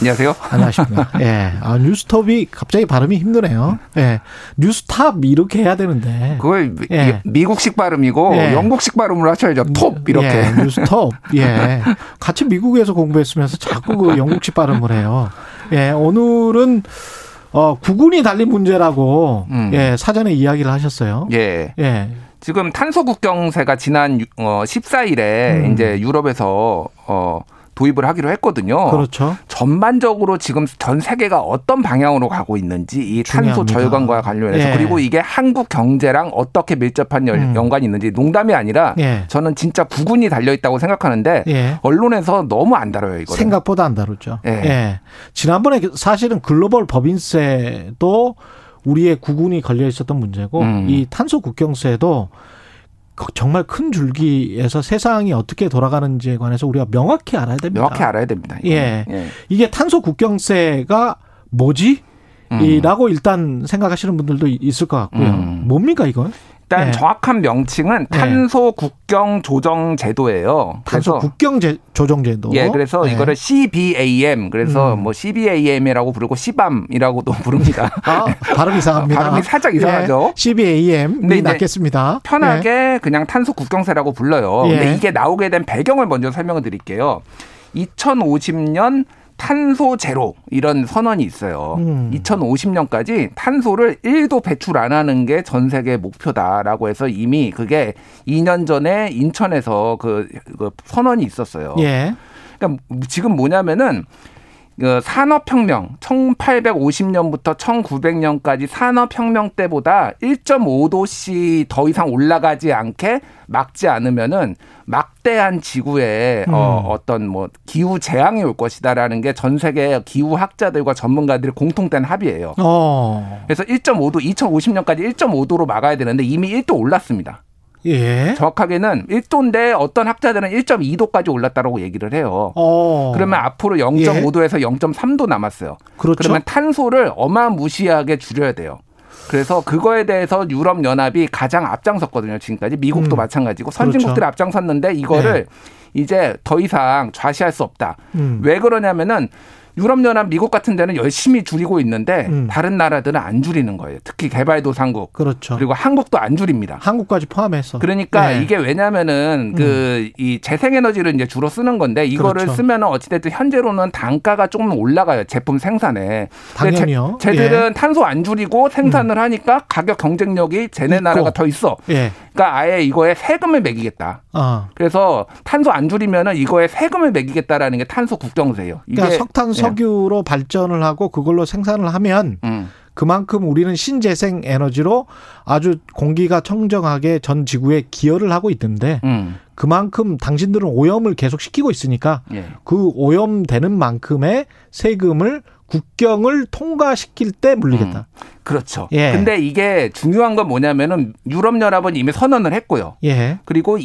안녕하세요. 안녕하십니까. 예. 아, 뉴스톱이 갑자기 발음이 힘드네요. 예. 뉴스탑 이렇게 해야 되는데. 그걸 예. 미- 미국식 발음이고 예. 영국식 발음으로 하셔야죠. 톱 이렇게. 예, 뉴스톱. 예. 같이 미국에서 공부했으면서 자꾸 그 영국식 발음을 해요. 예, 오늘은 어, 구군이 달린 문제라고 음. 예, 사전에 이야기를 하셨어요. 예. 예. 지금 탄소 국경세가 지난 유- 어 14일에 음. 이제 유럽에서 어 도입을 하기로 했거든요. 그렇죠. 전반적으로 지금 전 세계가 어떤 방향으로 가고 있는지 이 탄소 중요합니다. 절감과 관련해서 예. 그리고 이게 한국 경제랑 어떻게 밀접한 연- 음. 연관이 있는지 농담이 아니라 예. 저는 진짜 구분이 달려 있다고 생각하는데 예. 언론에서 너무 안 다뤄요 이거. 생각보다 안 다르죠. 예. 예. 지난번에 사실은 글로벌 법인세도 우리의 구군이 걸려 있었던 문제고 음. 이 탄소 국경세도 그 정말 큰 줄기에서 세상이 어떻게 돌아가는지에 관해서 우리가 명확히 알아야 됩니다. 명확히 알아야 됩니다. 이거는. 예. 이게 탄소 국경세가 뭐지? 음. 이라고 일단 생각하시는 분들도 이- 있을 것 같고요. 음. 뭡니까 이건? 일단 예. 정확한 명칭은 예. 탄소 국경 조정 제도예요. 탄소 그래서 국경 제- 조정제도. 예, 그래서 예. 이거를 CBAM 그래서 음. 뭐 CBAM이라고 부르고 CBAM이라고도 부릅니다. 아, 발음 이상합니다. 발음이 살짝 이상하죠? 예, CBAM이 근데 이제 낫겠습니다. 예. 편하게 그냥 탄소 국경세라고 불러요. 예. 근데 이게 나오게 된 배경을 먼저 설명을 드릴게요. 2050년 탄소 제로 이런 선언이 있어요. 음. 2050년까지 탄소를 1도 배출 안 하는 게 전 세계 목표다라고 해서 이미 그게 2년 전에 인천에서 그, 그 선언이 있었어요. 예. 그러니까 지금 뭐냐면은 그 산업혁명 1850년부터 1900년까지 산업혁명 때보다 1.5도씨 더 이상 올라가지 않게 막지 않으면은 막대한 지구에 어, 음. 어떤 뭐 기후 재앙이 올 것이다라는 게 전 세계 기후 학자들과 전문가들의 공통된 합의예요. 어. 그래서 1.5도 2050년까지 1.5도로 막아야 되는데 이미 1도 올랐습니다. 예. 정확하게는 1도인데 어떤 학자들은 1.2도까지 올랐다라고 얘기를 해요. 어. 예. 그러면 앞으로 0.5도에서 0.3도 남았어요. 그렇죠. 그러면 탄소를 어마무시하게 줄여야 돼요. 그래서 그거에 대해서 유럽 연합이 가장 앞장섰거든요. 지금까지 음. 미국도 마찬가지고 선진국들이 그렇죠. 예. 앞장섰는데 이거를 이제 더 이상 좌시할 수 없다. 음. 왜 그러냐면은 유럽 연합 미국 같은 데는 열심히 줄이고 있는데 음. 다른 나라들은 안 줄이는 거예요. 특히 개발도상국 그렇죠. 그리고 한국도 안 줄입니다. 한국까지 포함해서. 그러니까 예. 음. 이게 왜냐면은 그 이 재생에너지를 이제 주로 쓰는 건데 이거를 그렇죠. 쓰면은 어찌됐든 현재로는 단가가 조금 올라가요 제품 생산에. 근데 당연히요. 쟤, 들은 탄소 안 줄이고 생산을 하니까 가격 경쟁력이 쟤네 음. 있고. 나라가 더 있어. 예. 예. 그러니까 아예 이거에 세금을 매기겠다. 어. 그래서 탄소 안 줄이면은 이거에 세금을 매기겠다라는 게 탄소 국경세예요. 이게 그러니까 석탄 예. 석유로 발전을 하고 그걸로 생산을 하면 음. 그만큼 우리는 신재생 에너지로 아주 공기가 청정하게 전 지구에 기여를 하고 있는데 음. 그만큼 당신들은 오염을 계속 시키고 있으니까 예. 그 오염되는 만큼의 세금을 국경을 통과시킬 때 물리겠다. 그렇죠. 예. 근데 이게 중요한 건 뭐냐면은 유럽 연합은 이미 선언을 했고요. 예. 그리고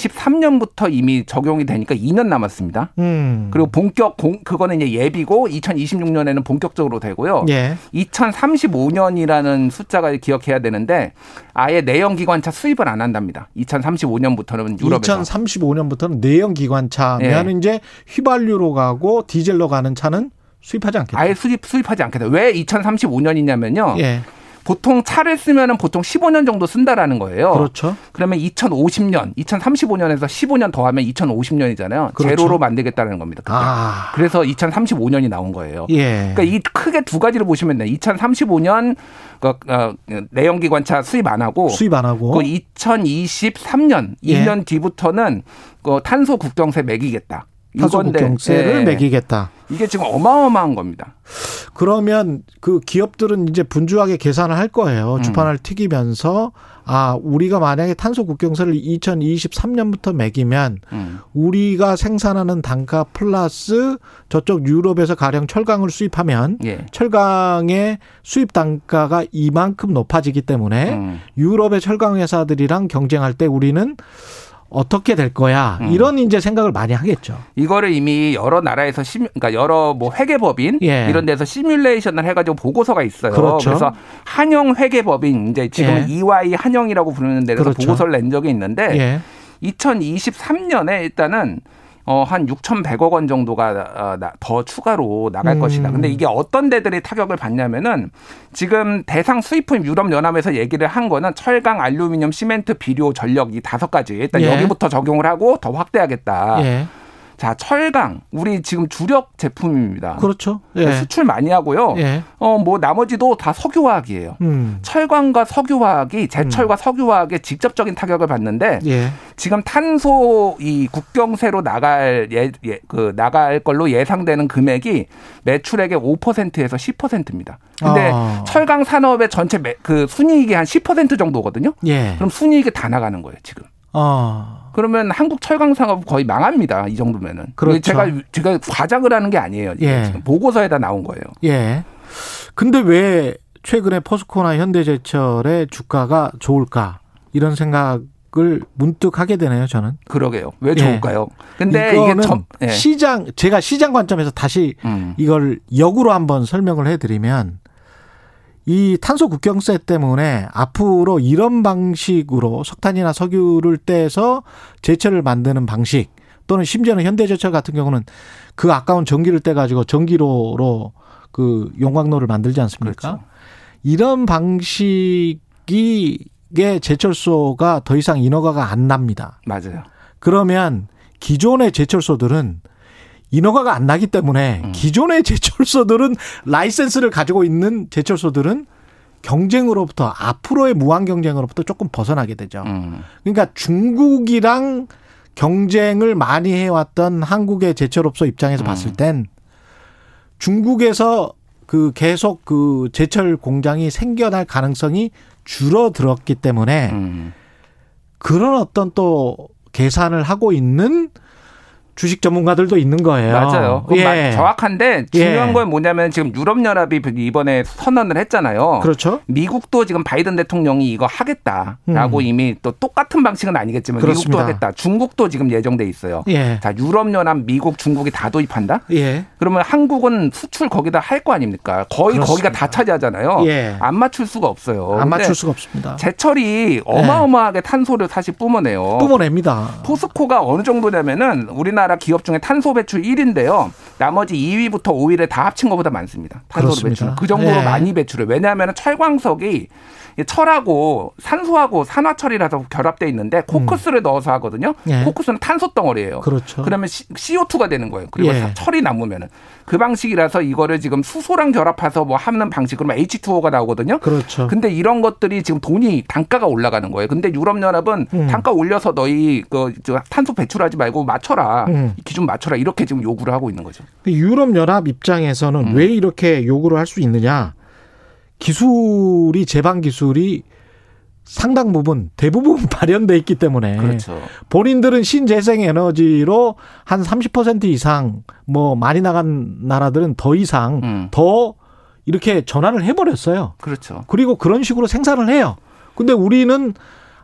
2023년부터 이미 적용이 되니까 2년 남았습니다. 음. 그리고 본격 공, 그거는 이제 예비고 2026년에는 본격적으로 되고요. 예. 2035년이라는 숫자가 기억해야 되는데 아예 내연 기관차 수입을 안 한답니다. 2035년부터는 유럽에서 예. 2035년부터는 내연 기관차면 이제 휘발유로 가고 디젤로 가는 차는 수입하지 않겠다. 아예 수입 수입하지 않게 돼요. 왜 2035년이냐면요. 예. 보통 차를 쓰면은 보통 15년 정도 쓴다라는 거예요. 그렇죠. 그러면 2050년, 2035년에서 15년 더하면 2050년이잖아요. 그렇죠. 제로로 만들겠다는 겁니다. 그때. 아. 그래서 2035년이 나온 거예요. 예. 그러니까 이 크게 두 가지를 보시면 돼요. 2035년 그, 어, 내연기관차 수입 안 하고 수입 안 하고 그 2023년 예. 2년 뒤부터는 그 탄소 국경세 매기겠다. 탄소 이건데, 국경세를 예. 매기겠다. 이게 지금 어마어마한 겁니다. 그러면 그 기업들은 이제 분주하게 계산을 할 음. 거예요. 주판을 튀기면서 아 우리가 만약에 탄소 국경세를 2023년부터 매기면 음. 우리가 생산하는 단가 플러스 저쪽 유럽에서 가령 철강을 수입하면 예. 철강의 수입 단가가 이만큼 높아지기 때문에 음. 유럽의 철강 회사들이랑 경쟁할 때 우리는 어떻게 될 거야 음. 이런 이제 생각을 많이 하겠죠. 이거를 이미 여러 나라에서 시뮬, 그러니까 여러 뭐 회계법인 예. 이런 데서 시뮬레이션을 해가지고 보고서가 있어요. 그렇죠. 래서 한영 회계법인 이제 지금 예. EY 한영이라고 부르는 데서 그렇죠. 보고서를 낸 적이 있는데 예. 2023년에 일단은 어한 6,100억 원 정도가 어, 나- 더 추가로 나갈 음. 것이다. 근데 이게 어떤 데들이 타격을 받냐면은 지금 대상 수입품 유럽 연합에서 얘기를 한 거는 철강, 알루미늄, 시멘트, 비료, 전력 이 다섯 가지 일단 예. 여기부터 적용을 하고 더 확대하겠다. 예. 자, 철강. 우리 지금 주력 제품입니다. 그렇죠. 예. 아. 수출 많이 하고요. 예. 어, 뭐 나머지도 다 석유화학이에요. 음. 철강과 석유화학이 제철과 석유화학에 직접적인 타격을 받는데 예. 지금 탄소 이 국경세로 나갈 예, 예, 그 나갈 걸로 예상되는 금액이 매출액의 5%에서 10%입니다. 근데 아. 철강 산업의 전체 매, 그 순이익이 한 10% 정도거든요. 예. 그럼 순이익이 다 나가는 거예요, 지금. 어. 그러면 한국 철강 산업 거의 망합니다. 이 정도면은. 그렇죠. 제가 제가 과장을 하는 게 아니에요. 이게 예. 지금 보고서에다 나온 거예요. 예. 근데 왜 최근에 포스코나 현대제철의 주가가 좋을까? 이런 생각을 문득 하게 되네요, 저는. 그러게요. 왜 예. 좋을까요? 근데 이거는 이게 점 예. 시장 제가 시장 관점에서 다시 음. 이걸 역으로 한번 설명을 해드리면 이 탄소 국경세 때문에 앞으로 이런 방식으로 석탄이나 석유를 떼서 제철을 만드는 방식 또는 심지어는 현대제철 같은 경우는 그 아까운 전기를 떼가지고 전기로로 그 용광로를 만들지 않습니까? 그렇죠. 이런 방식이 게 제철소가 더 이상 인허가가 안 납니다. 맞아요. 그러면 기존의 제철소들은 인허가가 안 나기 때문에 음. 기존의 제철소들은 라이센스를 가지고 있는 제철소들은 경쟁으로부터 앞으로의 무한 경쟁으로부터 조금 벗어나게 되죠. 음. 그러니까 중국이랑 경쟁을 많이 해왔던 한국의 제철업소 입장에서 음. 봤을 땐 중국에서 그 계속 그 제철 공장이 생겨날 가능성이 줄어들었기 때문에 음. 그런 어떤 또 계산을 하고 있는 주식 전문가들도 있는 거예요. 맞아요. 그건 마- 정확한데 중요한 예. 건 뭐냐면 지금 유럽 연합이 이번에 선언을 했잖아요. 그렇죠. 미국도 지금 바이든 대통령이 이거 하겠다라고 음. 이미 또 똑같은 방식은 아니겠지만 그렇습니다. 미국도 하겠다. 중국도 지금 예정돼 있어요. 예. 자, 유럽 연합, 미국, 중국이 다 도입한다? 예. 그러면 한국은 수출 거기다 할 거 아닙니까? 거의 그렇습니다. 거기가 다 차지하잖아요. 예. 안 맞출 수가 없어요. 안 맞출 근데 수가 없습니다. 제철이 어마어마하게 탄소를 사실 뿜어내요. 뿜어냅니다. 포스코가 어느 정도냐면은 우리나라 기업 중에 탄소 배출 1인데요. 나머지 2위부터 5위를 다 합친 것보다 많습니다. 탄소 그렇습니다. 배출. 그 정도로 예. 많이 배출해요. 왜냐하면 철광석이 철하고 산소하고 산화철이라서 결합돼 있는데 코크스를 넣어서 하거든요. 예. 코크스는 탄소 덩어리예요. 음. 그렇죠. 그러면 시- CO2가 되는 거예요. 그리고 예. 철이 남으면은 그 방식이라서 이거를 지금 수소랑 결합해서 뭐 하는 방식으로 H2O가 나오거든요. 그렇죠. 근데 이런 것들이 지금 돈이 단가가 올라가는 거예요. 근데 유럽 연합은 음. 단가 올려서 너희 그저 탄소 배출하지 말고 맞춰라 음. 기준 맞춰라 이렇게 지금 요구를 하고 있는 거죠. 유럽 연합 입장에서는 음. 왜 이렇게 요구를 할 수 있느냐? 기술이 제반 기술이 상당 부분 대부분 발현돼 있기 때문에 그렇죠. 본인들은 신재생 에너지로 한 30% 이상 뭐 많이 나간 나라들은 더 이상 음. 더 이렇게 전환을 해버렸어요. 그렇죠. 그리고 그런 식으로 생산을 해요. 근데 우리는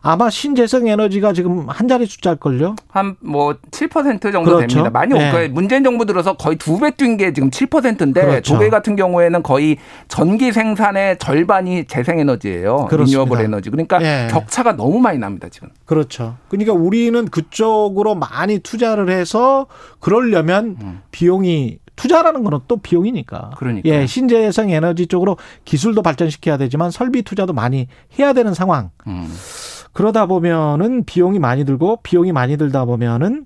아마 신재생 에너지가 지금 한 자리 숫자일걸요? 한 뭐 7% 정도 그렇죠. 됩니다. 많이 네. 올 거예요. 문재인 정부 들어서 거의 두 배 뛴 게 지금 7%인데 그렇죠. 독일 같은 경우에는 거의 전기 생산의 절반이 재생에너지예요. 그렇습니다. 리뉴어블 에너지. 그러니까 예. 격차가 너무 많이 납니다 지금. 그렇죠. 그러니까 우리는 그쪽으로 많이 투자를 해서 그러려면 비용이 투자라는 거는 또 비용이니까. 그러니까요. 예, 신재생 에너지 쪽으로 기술도 발전시켜야 되지만 설비 투자도 많이 해야 되는 상황. 음. 그러다 보면은 비용이 많이 들고 비용이 많이 들다 보면은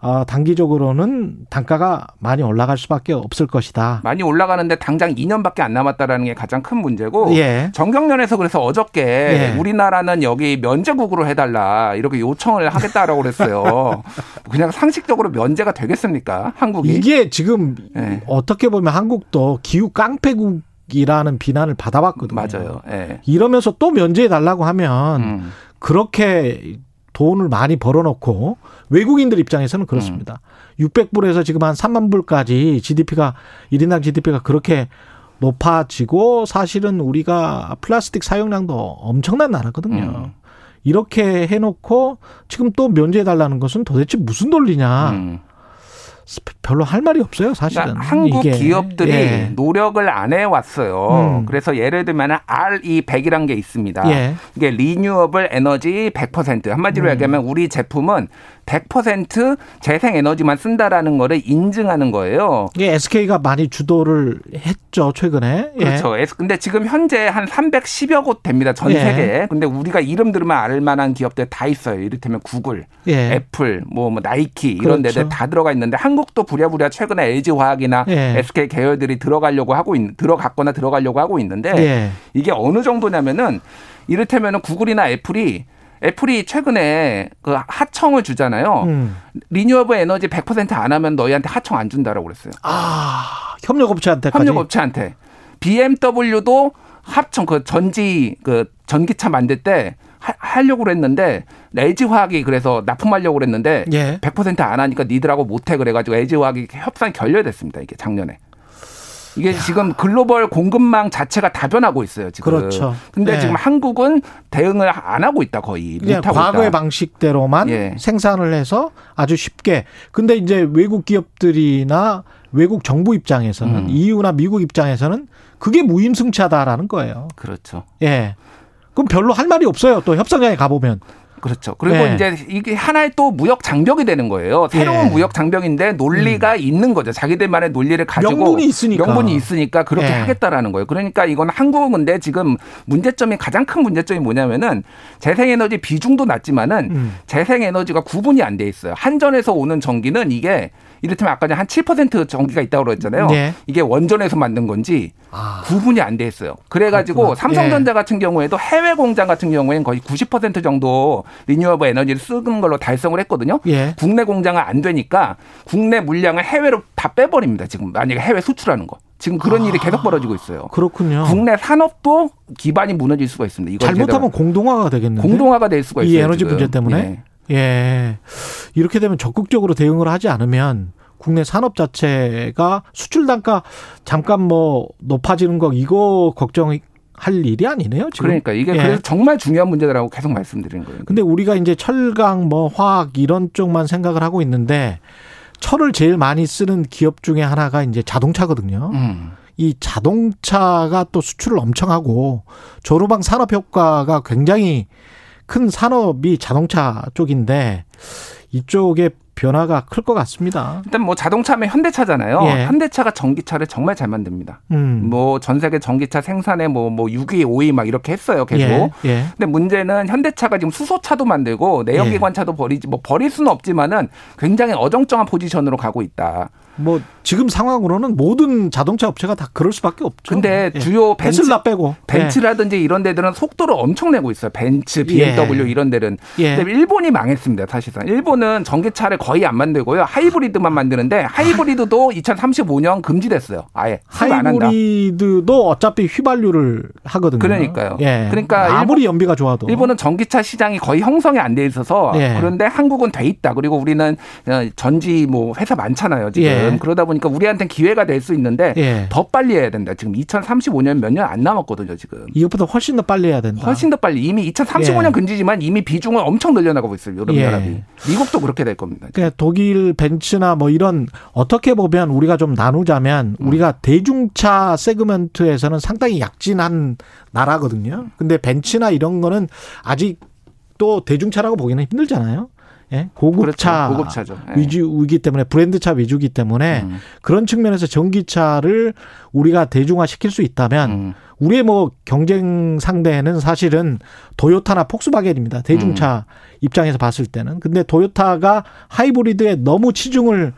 어, 단기적으로는 단가가 많이 올라갈 수밖에 없을 것이다. 많이 올라가는데 당장 2년밖에 안 남았다라는 게 가장 큰 문제고 예. 정경련에서 그래서 어저께 예. 우리나라는 여기 면제국으로 해달라 이렇게 요청을 하겠다라고 그랬어요. 그냥 상식적으로 면제가 되겠습니까? 한국이? 이게 지금 예. 어떻게 보면 한국도 기후 깡패국이라는 비난을 받아왔거든요. 맞아요. 예. 이러면서 또 면제해 달라고 하면 음. 그렇게 돈을 많이 벌어놓고 외국인들 입장에서는 그렇습니다. 음. 600불에서 지금 한 3만 불까지 GDP가 1인당 GDP가 그렇게 높아지고 사실은 우리가 플라스틱 사용량도 엄청난 나라거든요. 음. 이렇게 해놓고 지금 또 면제해달라는 것은 도대체 무슨 논리냐. 음. 별로 할 말이 없어요, 아, 사실은. 그러니까 한국 이게. 기업들이 예. 노력을 안 해왔어요. 음. 그래서 예를 들면 RE100이란 게 있습니다. 예. 음. 이게 리뉴어블 에너지 100% 한마디로 얘기하면 우리 제품은 100% 재생 에너지만 쓴다라는 거를 인증하는 거예요. 이게 SK가 많이 주도를 했죠, 최근에. 예. 그렇죠. 에스- 근데 지금 현재 한 310여 곳 됩니다. 전 예. 세계에. 근데 우리가 이름 들으면 알 만한 기업들 다 있어요. 이를테면 구글, 예. 애플, 뭐, 뭐 나이키 그렇죠. 이런 데들 다 들어가 있는데 한국도 부랴부랴 최근에 LG 화학이나 예. SK 계열들이 들어가려고 하고 있, 들어갔거나 들어가려고 하고 있는데 예. 이게 어느 정도냐면은 이를테면은 구글이나 애플이 애플이 최근에 그 하청을 주잖아요. 음. 리뉴어블 에너지 100%안 하면 너희한테 하청 안 준다라고 그랬어요. 아, 협력업체한테까지. 협력업체한테 BMW도 합청 그 전지 그 전기차 만들 때 하, 하려고 그랬는데 LG 화학이 그래서 납품하려고 그랬는데 예. 100%안 하니까 니들하고 못해 그래가지고 LG 화학이 협상 이 결렬됐습니다. 이게 작년에. 이게 지금 글로벌 공급망 자체가 다변하고 있어요. 지금. 그렇죠. 근데 예. 지금 한국은 대응을 안 하고 있다 거의 그냥 못하고 과거의 있다. 방식대로만 예. 생산을 해서 아주 쉽게. 근데 이제 외국 기업들이나 외국 정부 입장에서는 음. EU나 미국 입장에서는 그게 무임승차다라는 거예요. 그렇죠. 예. 그럼 별로 할 말이 없어요. 또 협상장에 가보면. 그렇죠. 그리고 네. 이제 이게 하나의 또 무역 장벽이 되는 거예요. 새로운 예. 무역 장벽인데 논리가 있는 거죠. 자기들만의 논리를 가지고 음. 명분이 있으니까. 명분이 있으니까 그렇게 예. 하겠다라는 거예요. 그러니까 이건 한국은 근데 지금 문제점이 가장 큰 문제점이 뭐냐면은 재생에너지 비중도 낮지만은 음. 재생에너지가 구분이 안 돼 있어요. 한전에서 오는 전기는 이게 이를테면 아까 한 7% 전기가 있다고 그랬잖아요. 예. 이게 원전에서 만든 건지 아. 구분이 안 돼 있어요. 그래가지고 그렇구나. 삼성전자 같은 경우에도 해외 공장 같은 경우에는 거의 90% 정도 리뉴어블 에너지를 쓰는 걸로 달성을 했거든요. 예. 국내 공장은 안 되니까 국내 물량을 해외로 다 빼버립니다. 지금 만약에 해외 수출하는 거. 지금 그런 일이 계속 벌어지고 있어요. 그렇군요. 국내 산업도 기반이 무너질 수가 있습니다. 이걸 잘못하면 공동화가 되겠는데. 제대로 공동화가 될 수가 이 있어요. 에너지 지금. 네. 문제 때문에? 예. 이렇게 되면 적극적으로 대응을 하지 않으면 국내 산업 자체가 수출 단가 잠깐 뭐 높아지는 거 이거 걱정할 일이 아니네요, 지금. 그러니까 이게 예. 그래서 정말 중요한 문제라고 계속 말씀드리는 거예요. 근데 우리가 이제 철강 뭐 화학 이런 쪽만 생각을 하고 있는데 철을 제일 많이 쓰는 기업 중에 하나가 이제 자동차거든요. 음. 이 자동차가 또 수출을 엄청 하고 조르방 산업 효과가 굉장히 큰 산업이 자동차 쪽인데 이쪽에 변화가 클 것 같습니다. 일단 뭐 자동차면 현대차잖아요. 예. 현대차가 전기차를 정말 잘 만듭니다. 음. 뭐 전 세계 전기차 생산에 뭐 뭐 6위, 5위 막 이렇게 했어요 계속. 예, 예. 근데 문제는 현대차가 지금 수소차도 만들고 예. 내연기관차도 버리지 뭐 버릴 수는 없지만은 굉장히 어정쩡한 포지션으로 가고 있다. 뭐 지금 상황으로는 모든 자동차 업체가 다 그럴 수밖에 없죠. 근데 예. 주요 벤츠 테슬라 빼고 예. 벤츠라든지 이런 데들은 속도를 엄청 내고 있어요. 벤츠, BMW 예. 이런 데는. 예. 근데 일본이 망했습니다, 사실상. 일본은 전기차를 거의 안 만들고요. 하이브리드만 만드는데 하이브리드도 2035년 금지됐어요. 아예. 수입 안 한다. 하이브리드도 어차피 휘발유를 하거든요. 그러니까요. 예. 그러니까 일본- 아무리 연비가 좋아도 일본은 전기차 시장이 거의 형성이 안 돼 있어서 예. 그런데 한국은 돼 있다. 그리고 우리는 어, 전지 뭐 회사 많잖아요 지금 예. 그러다 보니까 우리한테는 기회가 될 수 있는데 예. 더 빨리 해야 된다. 지금 2035년 몇 년 안 남았거든요 지금. 이것보다 훨씬 더 빨리 해야 된다. 훨씬 더 빨리 이미 2035년 아. 예. 근지지만 이미 비중을 엄청 늘려나가고 있어요 유럽 예. 연합이 미국도 그렇게 될 겁니다. 그러니까 독일 벤츠나 뭐 이런 어떻게 보면 우리가 좀 나누자면 음. 우리가 대중차 세그먼트에서는 상당히 약진한 나라거든요. 근데 벤츠나 이런 거는 아직 또 대중차라고 보기는 힘들잖아요. 예, 고급차 그렇죠. 고급차죠. 예. 네. 위주이기 때문에 브랜드차 위주이기 때문에 음. 그런 측면에서 전기차를 우리가 대중화 시킬 수 있다면 음. 우리의 뭐 경쟁 상대는 사실은 도요타나 폭스바겐입니다. 대중차 음. 입장에서 봤을 때는. 근데 도요타가 하이브리드에 너무 치중을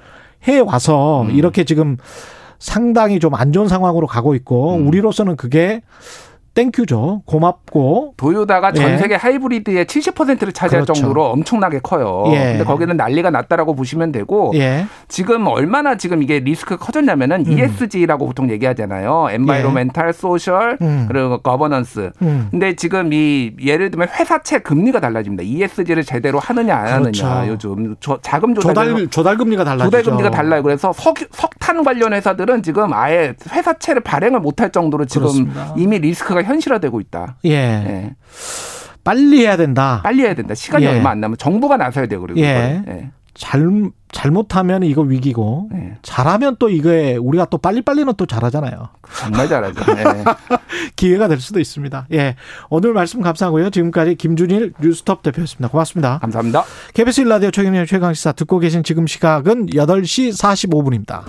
해 와서 음. 이렇게 지금 상당히 좀 안 좋은 상황으로 가고 있고 음. 우리로서는 그게 땡큐죠. 고맙고 도요다가 예. 전 세계 하이브리드의 70%를 차지할 그렇죠. 정도로 엄청나게 커요. 예. 근데 거기는 난리가 났다라고 보시면 되고 예. 지금 얼마나 지금 이게 리스크가 커졌냐면은 음. ESG라고 보통 얘기하잖아요. environmental, social, 예. 음. 그리고 governance. 음. 근데 지금 이 예를 들면 회사채 금리가 달라집니다. ESG를 제대로 하느냐 안 하느냐 그렇죠. 요즘 저, 자금 조달 조달 조달 금리가 달라지죠. 조달 금리가 달라요. 그래서 석, 석탄 관련 회사들은 지금 아예 회사채를 발행을 못할 정도로 지금 그렇습니다. 이미 리스크가 현실화되고 있다. 예. 예. 빨리 해야 된다. 빨리 해야 된다. 시간이 예. 얼마 안 남으면 정부가 나서야 돼요. 그리고 예. 이거는. 예. 잘 잘못하면 이거 위기고 예. 잘하면 또 이게 우리가 또 빨리빨리는 또 잘하잖아요. 정말 잘하죠. 예. 기회가 될 수도 있습니다. 예. 오늘 말씀 감사하고요. 지금까지 김준일 뉴스톱 대표였습니다. 고맙습니다. 감사합니다. KBS 1라디오 최경영 최강시사 듣고 계신 지금 시각은 8시 45분입니다.